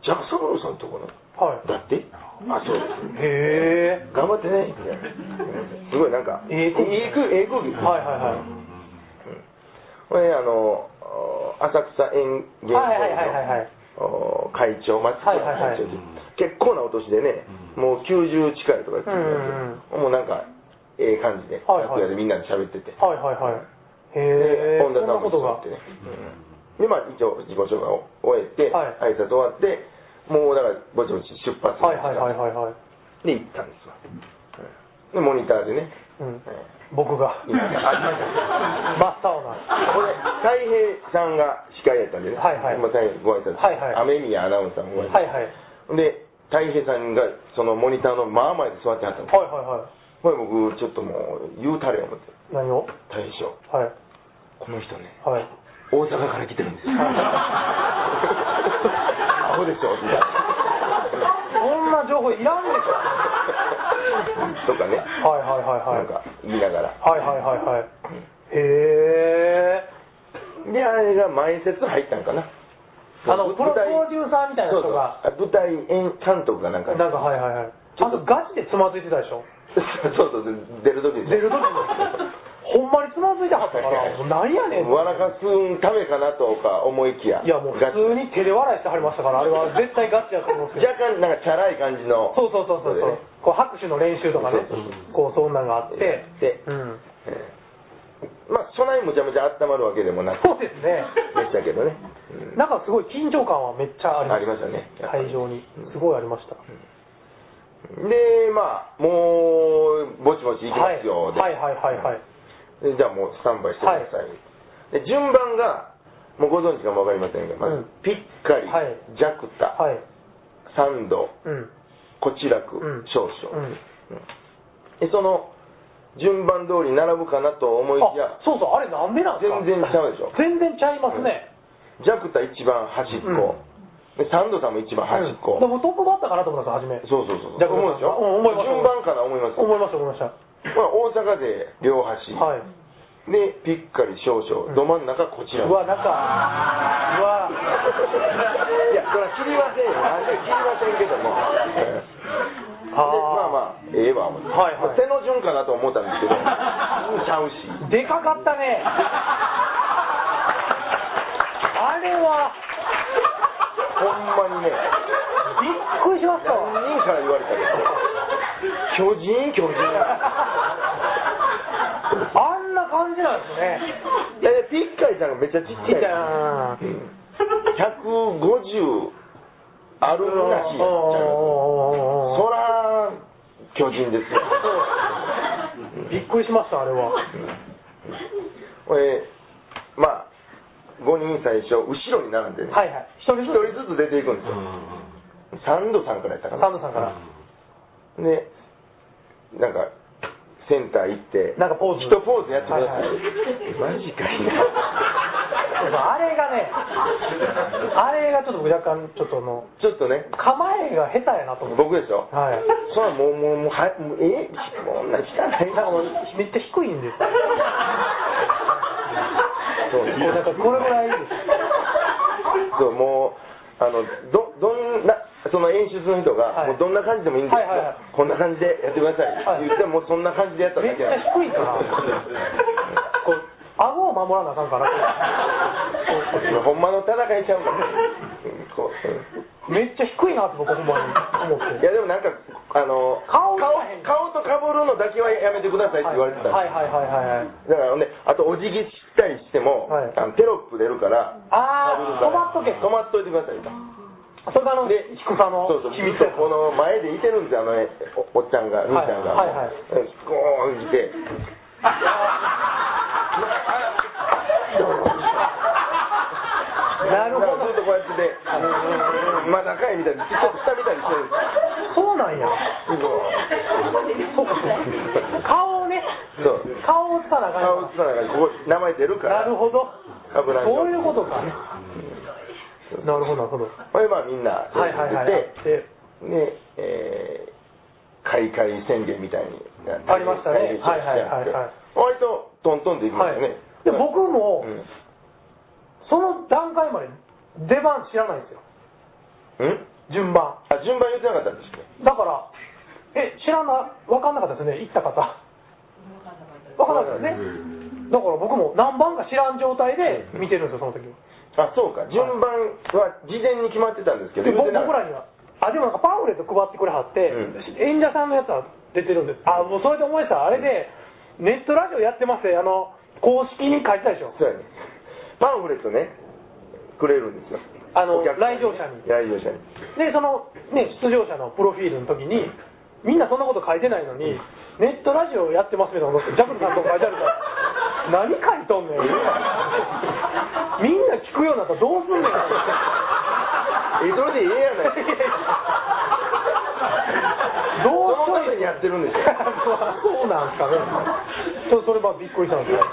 S1: ジャクソブローさんのところ
S2: はい
S1: だってあそうです
S2: へえ
S1: 頑張っ
S2: <laughs>
S1: てねみたいなすごいなんか
S2: ええ空気
S1: え空ええ空気
S2: はいはいはい
S1: これあの浅草園芸
S2: はいはいはいはいはい
S1: お会長松川会長、
S2: はいはいはい
S1: 結構なお年でねもう90近いとか言って
S2: うん
S1: もうなんかええ感じで
S2: はいはい
S1: 楽屋でみんなで喋ってて、
S2: はいはいはい。へえ。
S1: で本田
S2: そん
S1: さ
S2: なんこ
S1: も
S2: とが。
S1: 座ってね、うんでまあ一応自己紹介を終えて、
S2: はい
S1: 挨拶終わってもうだからぼちぼち出発する
S2: はいはいはいはいはい。
S1: で行ったんですわ、でモニターでね、
S2: うん
S1: ええ
S2: 僕が。
S1: いやあ
S2: <laughs>
S1: りま
S2: 真っ青な。
S1: これ太平さんが司会やったんでね、
S2: はいはい
S1: まあ、太平ご挨拶、
S2: はいはい
S1: 雨宮アナウンサーもご挨
S2: はい
S1: 拶、
S2: はい。はい
S1: で太平さんがそのモニターの真前で座ってはったんです
S2: はいは
S1: これ僕ちょっともう言うたれ思って
S2: い。何を
S1: 太平師匠
S2: はい。
S1: この人ね
S2: はい。
S1: 大阪から来てる
S2: <laughs>
S1: んですよアホでしょみたい
S2: そんな情報いらんでし
S1: なとかね、
S2: ょ。はいはいはいは
S1: ないん。か言いながら
S2: はいはいはいはい。へえ。
S1: であれが前説入ったんかな
S2: あの、
S1: 舞
S2: プロプ
S1: 台
S2: ロデューサーみたいな人が。
S1: そうそう舞台演監督がなんか
S2: なんかはいはいはい。あとガチでつまずいてたでしょ。
S1: そうそう出る時に
S2: 出る時に。 <laughs> ほんまにつまずいてはったから、もう何やねんって。
S1: 笑かすんためかなとか思いきや
S2: いやもう普
S1: ガチ
S2: 通に手で笑いしてはりましたからあれは絶対ガチやと思うんです
S1: <laughs>
S2: けど
S1: 若干なんかチャラい感じの
S2: そうそうそうそうそうこう拍手の練習とかね
S1: そうそう
S2: こうそんなんがあって
S1: で
S2: うん
S1: ええまあそないむちゃむちゃ温まるわけでもなく
S2: そうです
S1: <laughs>
S2: ね
S1: でしたけどね、うん
S2: なんかすごい緊張感はめっちゃあり
S1: ありましたね
S2: 会場にすごいありました
S1: でまあもうぼちぼち行き
S2: は
S1: ま
S2: い
S1: すよ、で
S2: はいはいはいはい
S1: でじゃあもうスタンバイしてください、で順番がもうご存知かもわかりませんがま
S2: うん
S1: ずピッカリ、
S2: はい
S1: ジャクタ、
S2: はい
S1: サンド
S2: うん
S1: こちらく、
S2: うん
S1: 少々、
S2: うん
S1: でその順番通り並ぶかなと思いきや
S2: あそうそうあれなんでなんですか
S1: 全然ちゃうでしょ
S2: 全然ちゃいますね
S1: ジャクタ一番端っこ、でサンドさんも一番端っこ、
S2: でもトップバッターかなと思ったんです初め
S1: そうそうそう
S2: ジャクタ
S1: 思うでしょ、
S2: うん思います
S1: 順番から思います
S2: 思いました思いました
S1: まあ、大阪で両端、
S2: はい
S1: でピッカリ少々、ど真ん中こちら
S2: うわなんかうわ
S1: いやそれは知りませんよ知りませんけどもええでまあまあええわ思って、
S2: はいはい
S1: まあ手の順かなと思った
S2: <laughs>
S1: んですけどうんちゃうし
S2: でかかったねあれは
S1: ほんまにね
S2: びっくりしました
S1: 何
S2: わ
S1: 人から言われたけど巨人巨人
S2: あんな感じなんです
S1: いやいやピッカリさんがめっちゃちっ
S2: ねちっ
S1: ち
S2: ちゃい
S1: ゃい
S2: な
S1: 150あるらしいやんちゃうそら巨人ですよ
S2: びっくりしましたあれは
S1: これまあ5人最初後ろに並んでね、
S2: はいはい一人
S1: 1
S2: ず
S1: 人ずつ出ていくんですよ、サンドさんからやったか
S2: つ
S1: な
S2: サンドさんから
S1: でなんかセンター行って
S2: なんかポーズ
S1: 一ポーズやってください、
S2: はい
S1: マジかい
S2: で
S1: な
S2: もあれがねあれがちょっと若干ちょっとあの
S1: ちょっとね
S2: 構えが下手やなと思って
S1: 僕でしょ
S2: はい
S1: そらもうもうもうはもうえこんなん汚い
S2: なんかも
S1: な
S2: うめっちゃ低いんですよ
S1: そ
S2: こ
S1: う
S2: うなんかこれぐらいです
S1: そうもうあのどどんなその演出の人が、
S2: はい
S1: もうどんな感じでもいいんですけど、
S2: はいはいはい
S1: こんな感じでやってください、
S2: はい
S1: 言ってもうそんな感じでやった
S2: め
S1: だ
S2: っ
S1: け
S2: ち
S1: や
S2: ゃ低いから、こう、顎を守らなあかんから、こう
S1: ほんまの戦いちゃうから、うんこううん
S2: <laughs> めっちゃ低いなって僕、ほんまに思っ
S1: い
S2: て。
S1: やでもなんかあの
S2: 顔
S1: 顔顔とかぶるのだけはやめてくださいって言われてたんです、
S2: はいはいはいはいはい
S1: だからねあとお辞儀したりしても、
S2: はい
S1: あのテロップ出るから
S2: ああ止まっとけ
S1: 止まっといてくださいと
S2: それがあの
S1: で
S2: 低さの
S1: そうそう
S2: 秘
S1: 秘
S2: 密
S1: 密をこの前でいてるんですよあのえおおっちゃんが兄ちゃんが
S2: はいはい
S1: ゴーンって
S2: なるほ
S1: ずっ
S2: ど
S1: とこうやっててまだ赤いみたいにちょっと下見たりしてるんです
S2: そうなんやそうかそうか顔をね
S1: そう
S2: 顔を打たなあかん
S1: 顔映さないからここ名前出るか
S2: な
S1: ら
S2: るほど
S1: かぶらんよ
S2: そういうことかねなるほどなるほどは
S1: これまあみんない
S2: はいはいで
S1: 出てで、えー、開会宣言みたいに
S2: ありましたね
S1: はいはいはい
S2: はいはいはい
S1: 割とトントンでいき
S2: は
S1: まし
S2: い
S1: たね、
S2: で僕も
S1: うん
S2: その段階まで出番知らないんですよ
S1: うん
S2: 順番
S1: あ順番言ってなかったんですね
S2: だからえ知らな分かんなかったですね行った方分かんなかったですねだから僕も何番か知らん状態で見てるんですよその時
S1: あそうか順番は事前に決まってたんですけど
S2: で僕
S1: 言うてな
S2: 僕
S1: から
S2: にはあでもなんかパンフレット配ってくれはって、
S1: うん
S2: 演者さんのやつは出てるんですあもうそれで思い出したあれでネットラジオやってますねあの公式に書いてたでしょ
S1: そうやねパンフレットねくれるんですよ
S2: あの
S1: お客さん
S2: 来場者に
S1: 来場者に
S2: でその、ね、出場者のプロフィールの時にみんなそんなこと書いてないのにネットラジオやってますみたいなことジャクルさんとか書いてあるから何書いとんねんみんな聞くようになったらどうすんねん
S1: えそれでええやないか
S2: <laughs> どう
S1: その
S2: す
S1: ためにやってるんでし <laughs> ょ
S2: そうなんすかねそうそれはびっくりしたんですよ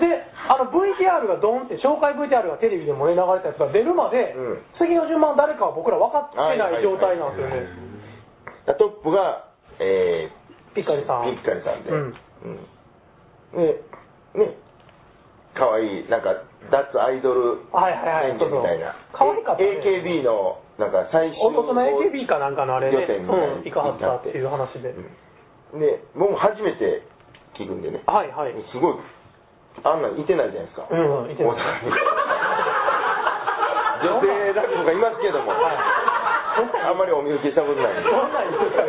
S2: であの VTR がドンって紹介 VTR がテレビでもね流れたやつが出るまで、
S1: うん
S2: 次の順番誰かは僕ら分かってない状態なんですよね、
S1: トップが、え
S2: ピッカリさん
S1: ー、ピッカリさんで、
S2: うん
S1: うんでねかわいいなんか脱アイドル
S2: はいはいはい
S1: 宣言みたいな
S2: そうそう可愛かったね
S1: AKB のなんか最終
S2: おととの AKB かなんかのあれで、
S1: 予選みたいな
S2: うん、行かはったっていう話で、
S1: うんで僕も初めて聞くんでね
S2: はいはい、うん、
S1: すごいあんなんいてないじゃないですか、
S2: うん、いてます
S1: 大阪に女性落語家いますけども、あんまりお見受けしたことない
S2: そんなん言ってたよ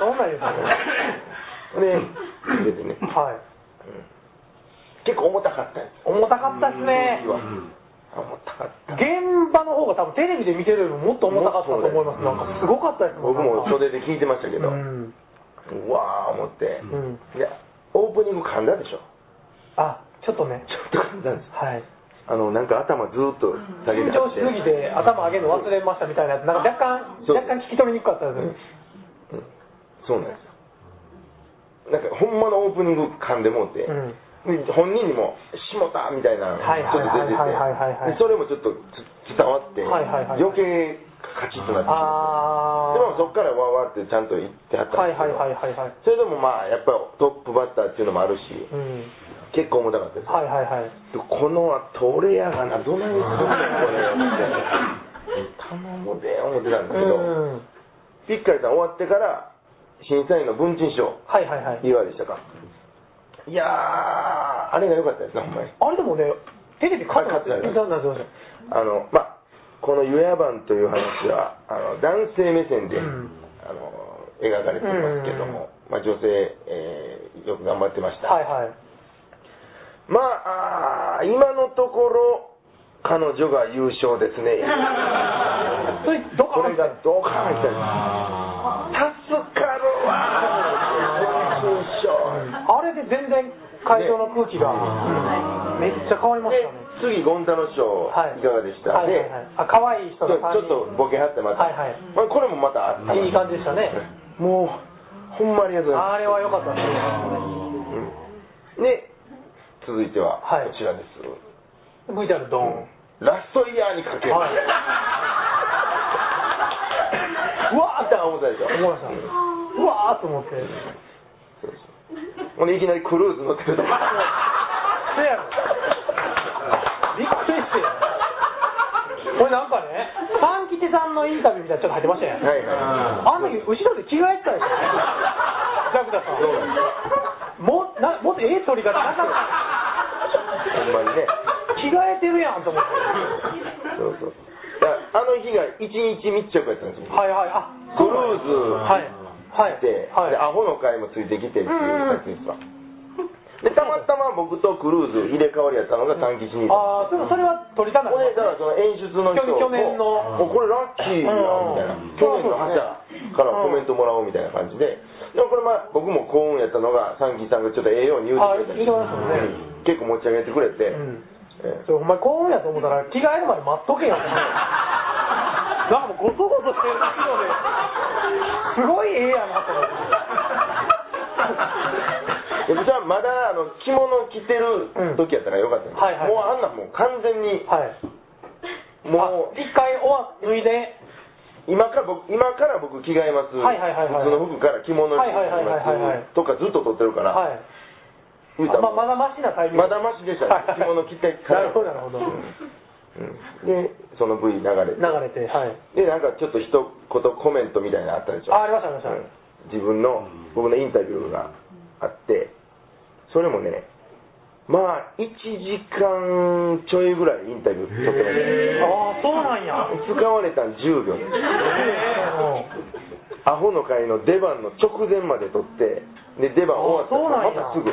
S2: そんなん言ってたよ
S1: で出てね
S2: はい
S1: 結構重たかったんです
S2: 重たかったですね
S1: は重たかった
S2: 現場の方が多分テレビで見てるよりももっと重たかったと思いますなんかすごかったですん
S1: 僕も
S2: なんか
S1: 袖で聞いてましたけど、
S2: う
S1: うんわー思って、
S2: ん
S1: いやオープニング噛んだでしょ
S2: あちょっとね
S1: ちょっと噛んだんです
S2: はい
S1: あのなんか頭ずーっと下げ
S2: 緊
S1: てあ
S2: 張
S1: っ
S2: してすぎて頭上げるの忘れましたみたいなやつなんか若干
S1: そう
S2: 若干聞き取りにくかったです、
S1: うんそうなんですよなんかほんまのオープニング噛んでもうて、
S2: うん
S1: 本人にも「しもた!」みたいなの
S2: はい
S1: ちょっと出てて
S2: はいはいはいはい
S1: でそれもちょっとつ伝わって、
S2: はいはいはい
S1: 余計カチッとなってきて
S2: ああ
S1: でもそっからわーわーってちゃんと言ってはった
S2: はい
S1: んですけ
S2: はいはい
S1: ど、
S2: はいはい
S1: それでもまあやっぱりトップバッターっていうのもあるし、
S2: うん
S1: 結構重たかったです、
S2: はいはいはい
S1: でこの後俺やがなどないすんねんこ
S2: <laughs>
S1: れって頼むで思ってたんですけど、
S2: うん
S1: ピッカリさん終わってから審査員の文鎮師匠
S2: はいはいはい
S1: いかがでしたかいやーあれが良かったですねほんまに
S2: あれでもねテレビ買って
S1: 買ってない
S2: ななんですよね
S1: あのまあこの「湯屋番」という話はあの男性目線で、
S2: うん
S1: あの描かれてますけども、まあ、女性、えーよく頑張ってました、
S2: はいはい
S1: まああー今のところ彼女が優勝で
S2: <laughs>
S1: すね
S2: それど
S1: こ
S2: こ
S1: れがどうか入ったんです助かるわ優勝
S2: あれで全然会場の空気がうんめっちゃ変わりまし
S1: で
S2: たね
S1: 次ゴン太郎師匠
S2: はい
S1: いかがでした、
S2: はいはい
S1: で
S2: はいあ可愛い
S1: ち
S2: 人
S1: ょ
S2: の
S1: ちょっとボケはってまた、
S2: はいはい
S1: まあ、これもまたあった
S2: いい感じでしたね
S1: もうほんまありがとうございます
S2: あれは良かったです
S1: うんで続いては
S2: はい
S1: こちらです、
S2: VTR ドン
S1: ラストイヤーにかける、
S2: はい
S1: うわーって思ったでしょ
S2: 思いましたうわーと思って
S1: そうそうほんでいきなりクルーズ乗ってると
S2: せやろびっくりしてこれなんかね三吉さんのインタビューみたいなのちょっと入ってましたよねあ
S1: はいは
S2: の時後ろで着替えてたでしょザクダさん
S1: そうなんで
S2: もなもっとええ撮り方なかった
S1: いほんまにね
S2: 着替えてるやんと思って
S1: そうそうあの日が一日密着やったんですよ
S2: はいはいあ
S1: クルーズ
S2: はいはい
S1: で、
S2: はい
S1: でアホの会もついてきてっていうのがついてた、でたまたま僕とクルーズ入れ替わりやったのが短期シリーズ
S2: ああでもそれは取りたない
S1: これだからその演出の人
S2: 去年の
S1: もうこれラッキーやみたいな
S2: うん
S1: 去年の覇者からコメントもらおうみたいな感じででもこれまあ僕も幸運やったのがサンキーさんがちょっとええように言うてくれたり
S2: あ言うてましたもんね
S1: うん結構持ち上げてくれて、
S2: うん
S1: ええ
S2: それお前幸運やと思ったら着替えるまで待っとけ
S1: <laughs>
S2: よなんかもうゴソゴソしてるのですごいええやな
S1: <laughs>
S2: と思って
S1: で僕はまだあの着物着てる時やったからよかったん
S2: う
S1: です、
S2: んはいはい
S1: もうあんなんもう完全に、
S2: はい
S1: もう
S2: あ一回おわ脱いで
S1: 今から僕今から僕着替えます、
S2: はいはいはいはい
S1: 普通の服から着物に着替え
S2: はいはいはいはいはい
S1: ますとかずっと撮ってるから、
S2: はい
S1: 言うたら
S2: ま
S1: も
S2: あまだマ
S1: う
S2: シなタイミング
S1: まだマシでしたね
S2: はい
S1: 着物着てか
S2: な
S1: ら
S2: るほどなるほど
S1: うんでその V 流れて
S2: 流れてはい
S1: でなんかちょっと一言コメントみたいなのあったでしょ
S2: あありましたありました、
S1: うん自分の僕のインタビューがあってそれもねまあ1時間ちょいぐらいインタビュー撮ってまし
S2: ああそうなんや
S1: た使われたん10秒アホの会の出番の直前まで撮ってで出番終わった
S2: あそうなんや
S1: らまたすぐ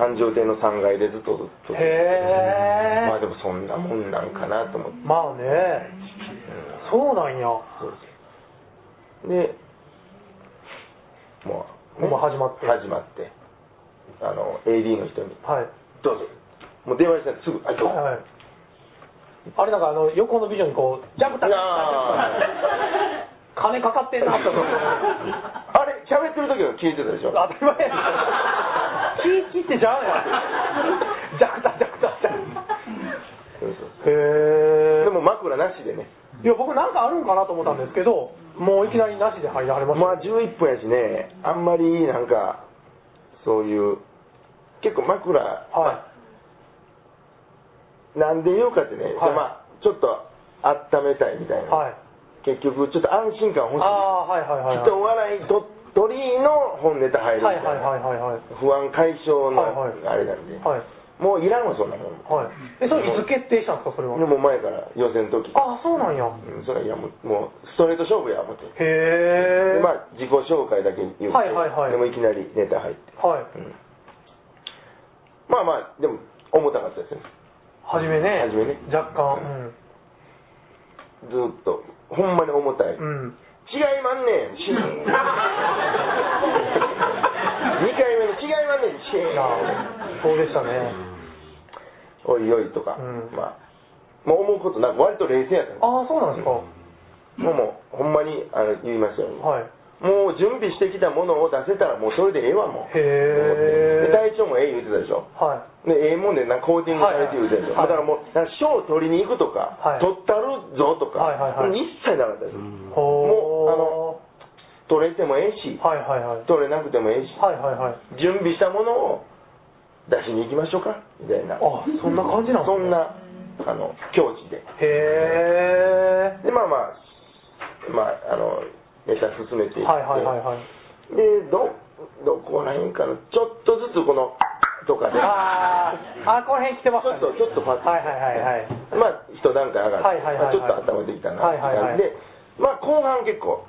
S1: 繁盛亭の3階でずっと撮っ
S2: へ
S1: てまあ
S2: え
S1: でもそんなもんなんかなと思って
S2: まあねそうなんや
S1: そうですでもう、
S2: もう始まって
S1: 始まってあの AD の人に
S2: はい
S1: 「どうぞ」もう電話したらすぐ「あ今日
S2: はいはいあれなんかあの横のビジョンにこうジャブタッチ <laughs> 金かかってんなと思って
S1: あれ喋ってる時は消えてたでしょ
S2: 当たり前やん気切ってちゃうやんジャクタジャクタジャク
S1: そうそう
S2: タへえ
S1: でも枕なしでね
S2: いや僕なんかあるんかなと思ったんですけどもういきなりなしで入られました、
S1: まあ11分やしねあんまりなんかそういう結構枕
S2: は
S1: なんで言うかってね、
S2: はい
S1: まあちょっと温めたいみたい
S2: い
S1: な、
S2: はい
S1: 結局ちょっと安心感欲しい
S2: ああはいはいはいはい
S1: きっとお笑いと鳥居の本ネタ入るみ
S2: は
S1: た
S2: い
S1: いな、
S2: はいはいはいはい
S1: 不安解消の
S2: はいはい
S1: あれなんで、
S2: はい
S1: もういらんわそんなもん
S2: はいえそれいつ決定したんですかそれは
S1: でも前から予選の時
S2: ああそうなんや
S1: うんそれいやもうもうストレート勝負や思って
S2: へえ
S1: でまあ自己紹介だけ言って、
S2: はいはいはい
S1: でもいきなりネタ入って、
S2: はい
S1: うんまあまあでも重たかったですね
S2: 初めね
S1: 初めね
S2: 若干
S1: ずーっとほんまに重たい、
S2: うん、うん、
S1: 違いま
S2: <laughs>
S1: んねんシーン二回目の違いまんねんシ
S2: いや
S1: ーン
S2: そうでしたね
S1: おいおいとか、
S2: うん
S1: まあ、もう思うことなく割と冷静やったんで
S2: ああそうなんですか、
S1: すもうもうほんまにあの言いましたよ、
S2: はい
S1: もう準備してきたものを出せたらもうそれでええわもう
S2: へえ
S1: で隊長もええ言うてたでしょ
S2: はい
S1: でええもんでなコーティングされて言うてたでしょ、
S2: はいはい
S1: だからもうなんか賞取りに行くとか、
S2: はい
S1: 取ったるぞとか、
S2: はいはいはい
S1: 一切なかったです、
S2: ほ
S1: も取れてもええし、
S2: うはいはいはい
S1: 取れなくてもええし
S2: はいはいはい
S1: 準備したものを出しに行きましょうかみたいな
S2: あそんな感じなんですね
S1: そんなあの境地で
S2: へえ
S1: でまあまあまああのネタ進めていって、
S2: はいはいはいはい
S1: でどどこら辺からちょっとずつこのとかで
S2: あーあーこの辺来てます
S1: ちょっとちょっとパッと
S2: はいはいはいはい
S1: まあ一段階上がって、
S2: はいはいはいはい
S1: まあ、ちょっと頭できたな
S2: はいはいはい
S1: って感じで、まあ、後半結構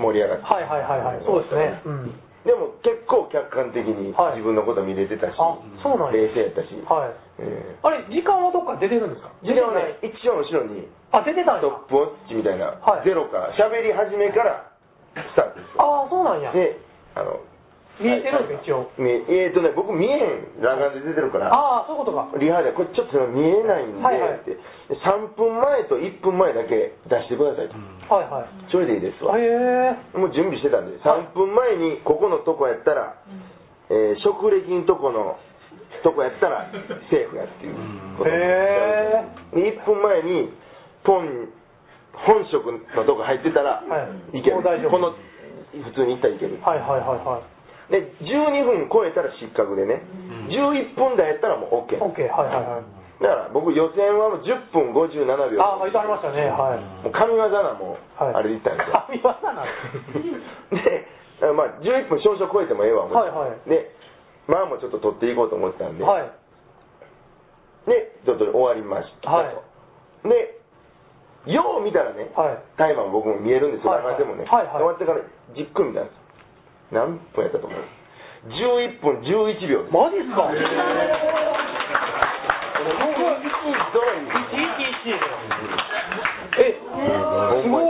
S1: 盛り上がって、
S2: はいはいはいはいそうですねうん
S1: でも結構客観的に
S2: はい
S1: 自分のこと見れてたし、
S2: あそうなんや
S1: 冷静やったし、
S2: はい
S1: え
S2: あれ時間はどっか出てるんですか
S1: え時間はね一応後ろに
S2: あ出てたんや
S1: ストップウォッチみたいな、
S2: はい
S1: ゼロから喋り始めからスタートです
S2: ああそうなんや
S1: であの
S2: 見えてるんですか一応
S1: 見ええーとね僕見えへん裸眼で出てるから
S2: ああそういうことか
S1: リハでこれちょっと見えないんで、
S2: はいはい
S1: ってで3分前と1分前だけ出してくださいと、
S2: はいはい
S1: それでいいですわ
S2: へえ
S1: もう準備してたんで3分前にここのとこやったら、えー職歴のとこのとこやったらセーフやっていうこと
S2: へ
S1: で1分前にポン本職のとこ入ってたら、
S2: はい
S1: け
S2: も
S1: る
S2: う大丈夫
S1: この普通に行ったらいける、
S2: はいはいはいはい
S1: で12分超えたら失格でね、11分台やったらもう OK だ
S2: OK はいはいはい
S1: から僕予選はもう10分57秒
S2: ああ言ってありましたねはい
S1: もう神業なもう、
S2: はい
S1: あれでいったんですよ
S2: 神業 <laughs> なんです
S1: で、まあ、11分少々超えてもええわ思って、
S2: はいはい
S1: でまあもうちょっと取っていこうと思ってたんで、
S2: はい
S1: でちょっと終わりましたと、
S2: はい
S1: でよう見たらね、
S2: はい
S1: タイマー僕も見えるんですよ、
S2: はいはい
S1: 流れてもね、
S2: はいはい
S1: 終わってからじっくり見たんですよ何分やったと思う11分11秒です
S2: マジっすかえすご
S1: す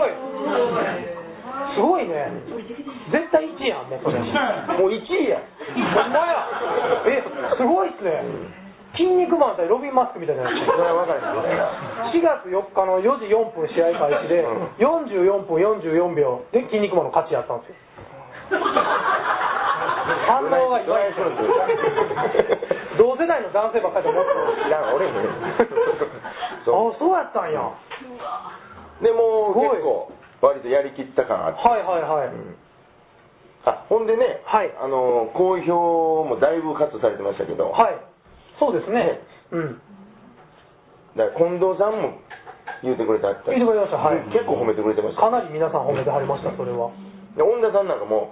S2: いすごいね絶対1位やんもうこ
S1: <laughs>
S2: れ
S1: もう1位や
S2: ほんまやえ <laughs> すごいっすね筋肉マン対ロビン・マスクみたいなや
S1: それ
S2: つ
S1: は分からへんけ
S2: 4月4日の4時4分試合開始で44分44秒で筋肉マンの勝ちやったんですよ反応がい
S1: どないしろって
S2: 同世代の男性ばっかりと思って
S1: いや俺もね
S2: た
S1: そう
S2: あそうやったんやは
S1: どでもう
S2: すごい
S1: 結構割とやりきった感あって
S2: いはいはい、
S1: あほんでね、
S2: はい
S1: あの好評もだいぶカットされてましたけど、
S2: はいそうですね
S1: ね
S2: うん
S1: だから近藤さんも言うてくれたっ
S2: 言
S1: て
S2: ってくれましたはい
S1: 結構褒めてくれてました
S2: かなり皆さん褒めてはりましたそれは
S1: で恩田さんなんかも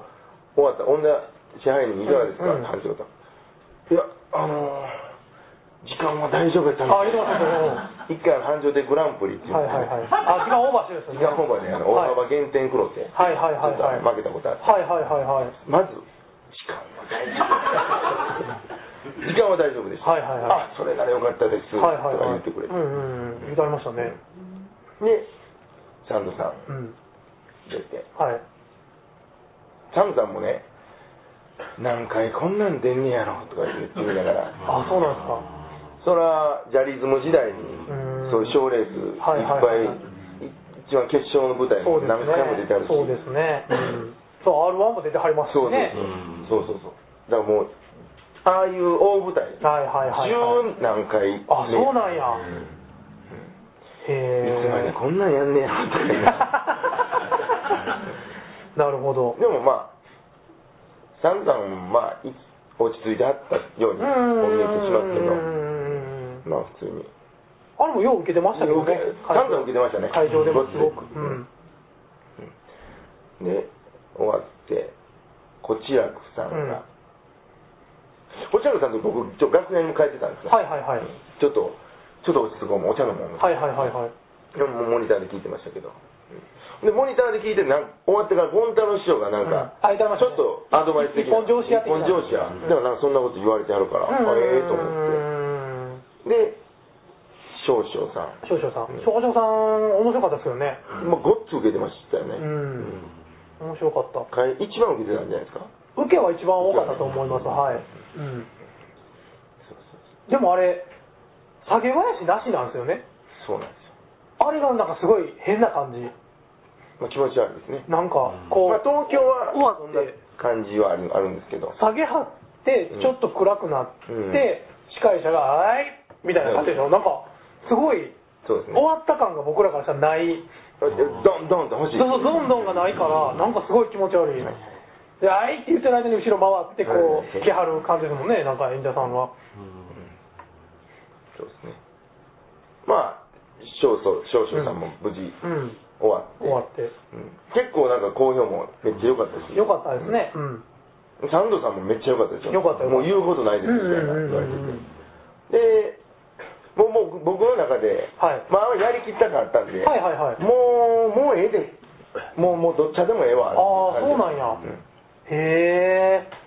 S1: 終わった恩田支配人いかがですか、
S2: うんうん
S1: って話をいやあのー時間は大丈夫やった
S2: あ言ってました
S1: 一回あの繁盛でグランプリっていう、
S2: はいはいはいあ時間オーバーしてるんです
S1: 時
S2: よね
S1: 間オーバーであの大幅減点黒って、
S2: はいはいはいはい
S1: ちょっと負けたことある
S2: はいはいはいはい
S1: まず時間は大丈
S2: <laughs>
S1: 夫時間は大丈夫でした、
S2: はいはいはい
S1: あそれならよかったです、
S2: はいはいはい
S1: とか言ってくれて、
S2: うんうんうん言ってはりましたね
S1: でサンドさ
S2: う
S1: ん
S2: ん
S1: 出て
S2: はい
S1: サンドさんもね何回こんなん出んねやろとか言ってみながら
S2: あそうなんですか
S1: それはジャリズム時代に
S2: うん
S1: そういう賞レースいっぱ
S2: はいはい
S1: い
S2: はい
S1: 一番決勝の舞台に
S2: そうです
S1: 何回も出てあ
S2: ね
S1: るし
S2: そうですねうんそう R1 も出てはりますし
S1: そうそう
S2: ね
S1: そうそうそうだからもうああいう大舞台
S2: はいはいはいはい
S1: 十何回ね
S2: あそうなんやへ
S1: いつまで
S2: え
S1: こんなんやんねやろとか言いながら
S2: なるほど
S1: でもまあサンドさんもまあい落ち着いてはったよう
S2: う
S1: に
S2: ん
S1: お見えてしまうけど
S2: うん
S1: まあ普通に
S2: あれもよう受けてましたけどね
S1: よう受けサンドは受けてましたね
S2: 会場でもすごく
S1: ごっつ
S2: うん
S1: いで終わってこちらくさん
S2: うん
S1: が、こちらくさんと僕ちょ学年に帰ってたんですよ、
S2: はいはいはい
S1: ちょっとちょっと落ち着こうもうお茶飲もう、
S2: はいはいはいはい
S1: でもモニターで聞いてましたけどでモニターで聞いてなん終わってからゴン太郎師匠がなんか、
S2: うんあ言ってました
S1: ちょ
S2: ね
S1: っとアドバイス的な
S2: 一本上司やってきた
S1: 一本上司やでもなんかそんなこと言われてあるから、あええと思っ
S2: 思って
S1: てで少々さん
S2: 少々さん少々さん面白かったですよね
S1: まあ、ごっつ受けてましたよね、
S2: うん面白かった
S1: かい一番受けてたんじゃないですか
S2: 受けは一番多かったと思いますはい、うん、でもあれ下げ林なしなんですよね
S1: そうなんです
S2: あ
S1: よ、
S2: れがなんかすごい変な感じ
S1: まあ、気持ち悪いですね
S2: なんかこう、
S1: まあ、東京は
S2: 終わ
S1: そん
S2: っ
S1: な
S2: て
S1: 感じはあるあるんですけど
S2: 下げはってちょっと暗くなって、
S1: うん
S2: 司会者が「はーい」みたいな感じでしょ、なんかすごい
S1: そう
S2: 終
S1: ですね
S2: わった感が僕らからしたらない、
S1: ドンドンと欲しい
S2: そうそうどんどんがないからなんかすごい気持ち悪い、で「あい」って言ってる間に後ろ回ってこう
S1: はい
S2: 来はる感じですもんねなんか演者さんは
S1: そうですねまあ少々少々さんも無事
S2: うん
S1: 終わって、
S2: 終わって
S1: うん結構なんか好評もめっちゃ良かったし
S2: よかったですねうん
S1: サンドさんもめっちゃ良かったですよ
S2: 良かった良かった
S1: もう言うことないですみたいな言われててでもうもう僕の中で、
S2: はい
S1: まあやりきった感あったんで、
S2: はいはいはい
S1: もうもうええでもうもうどっちでもええわ
S2: ああそうなんや、
S1: うん
S2: へ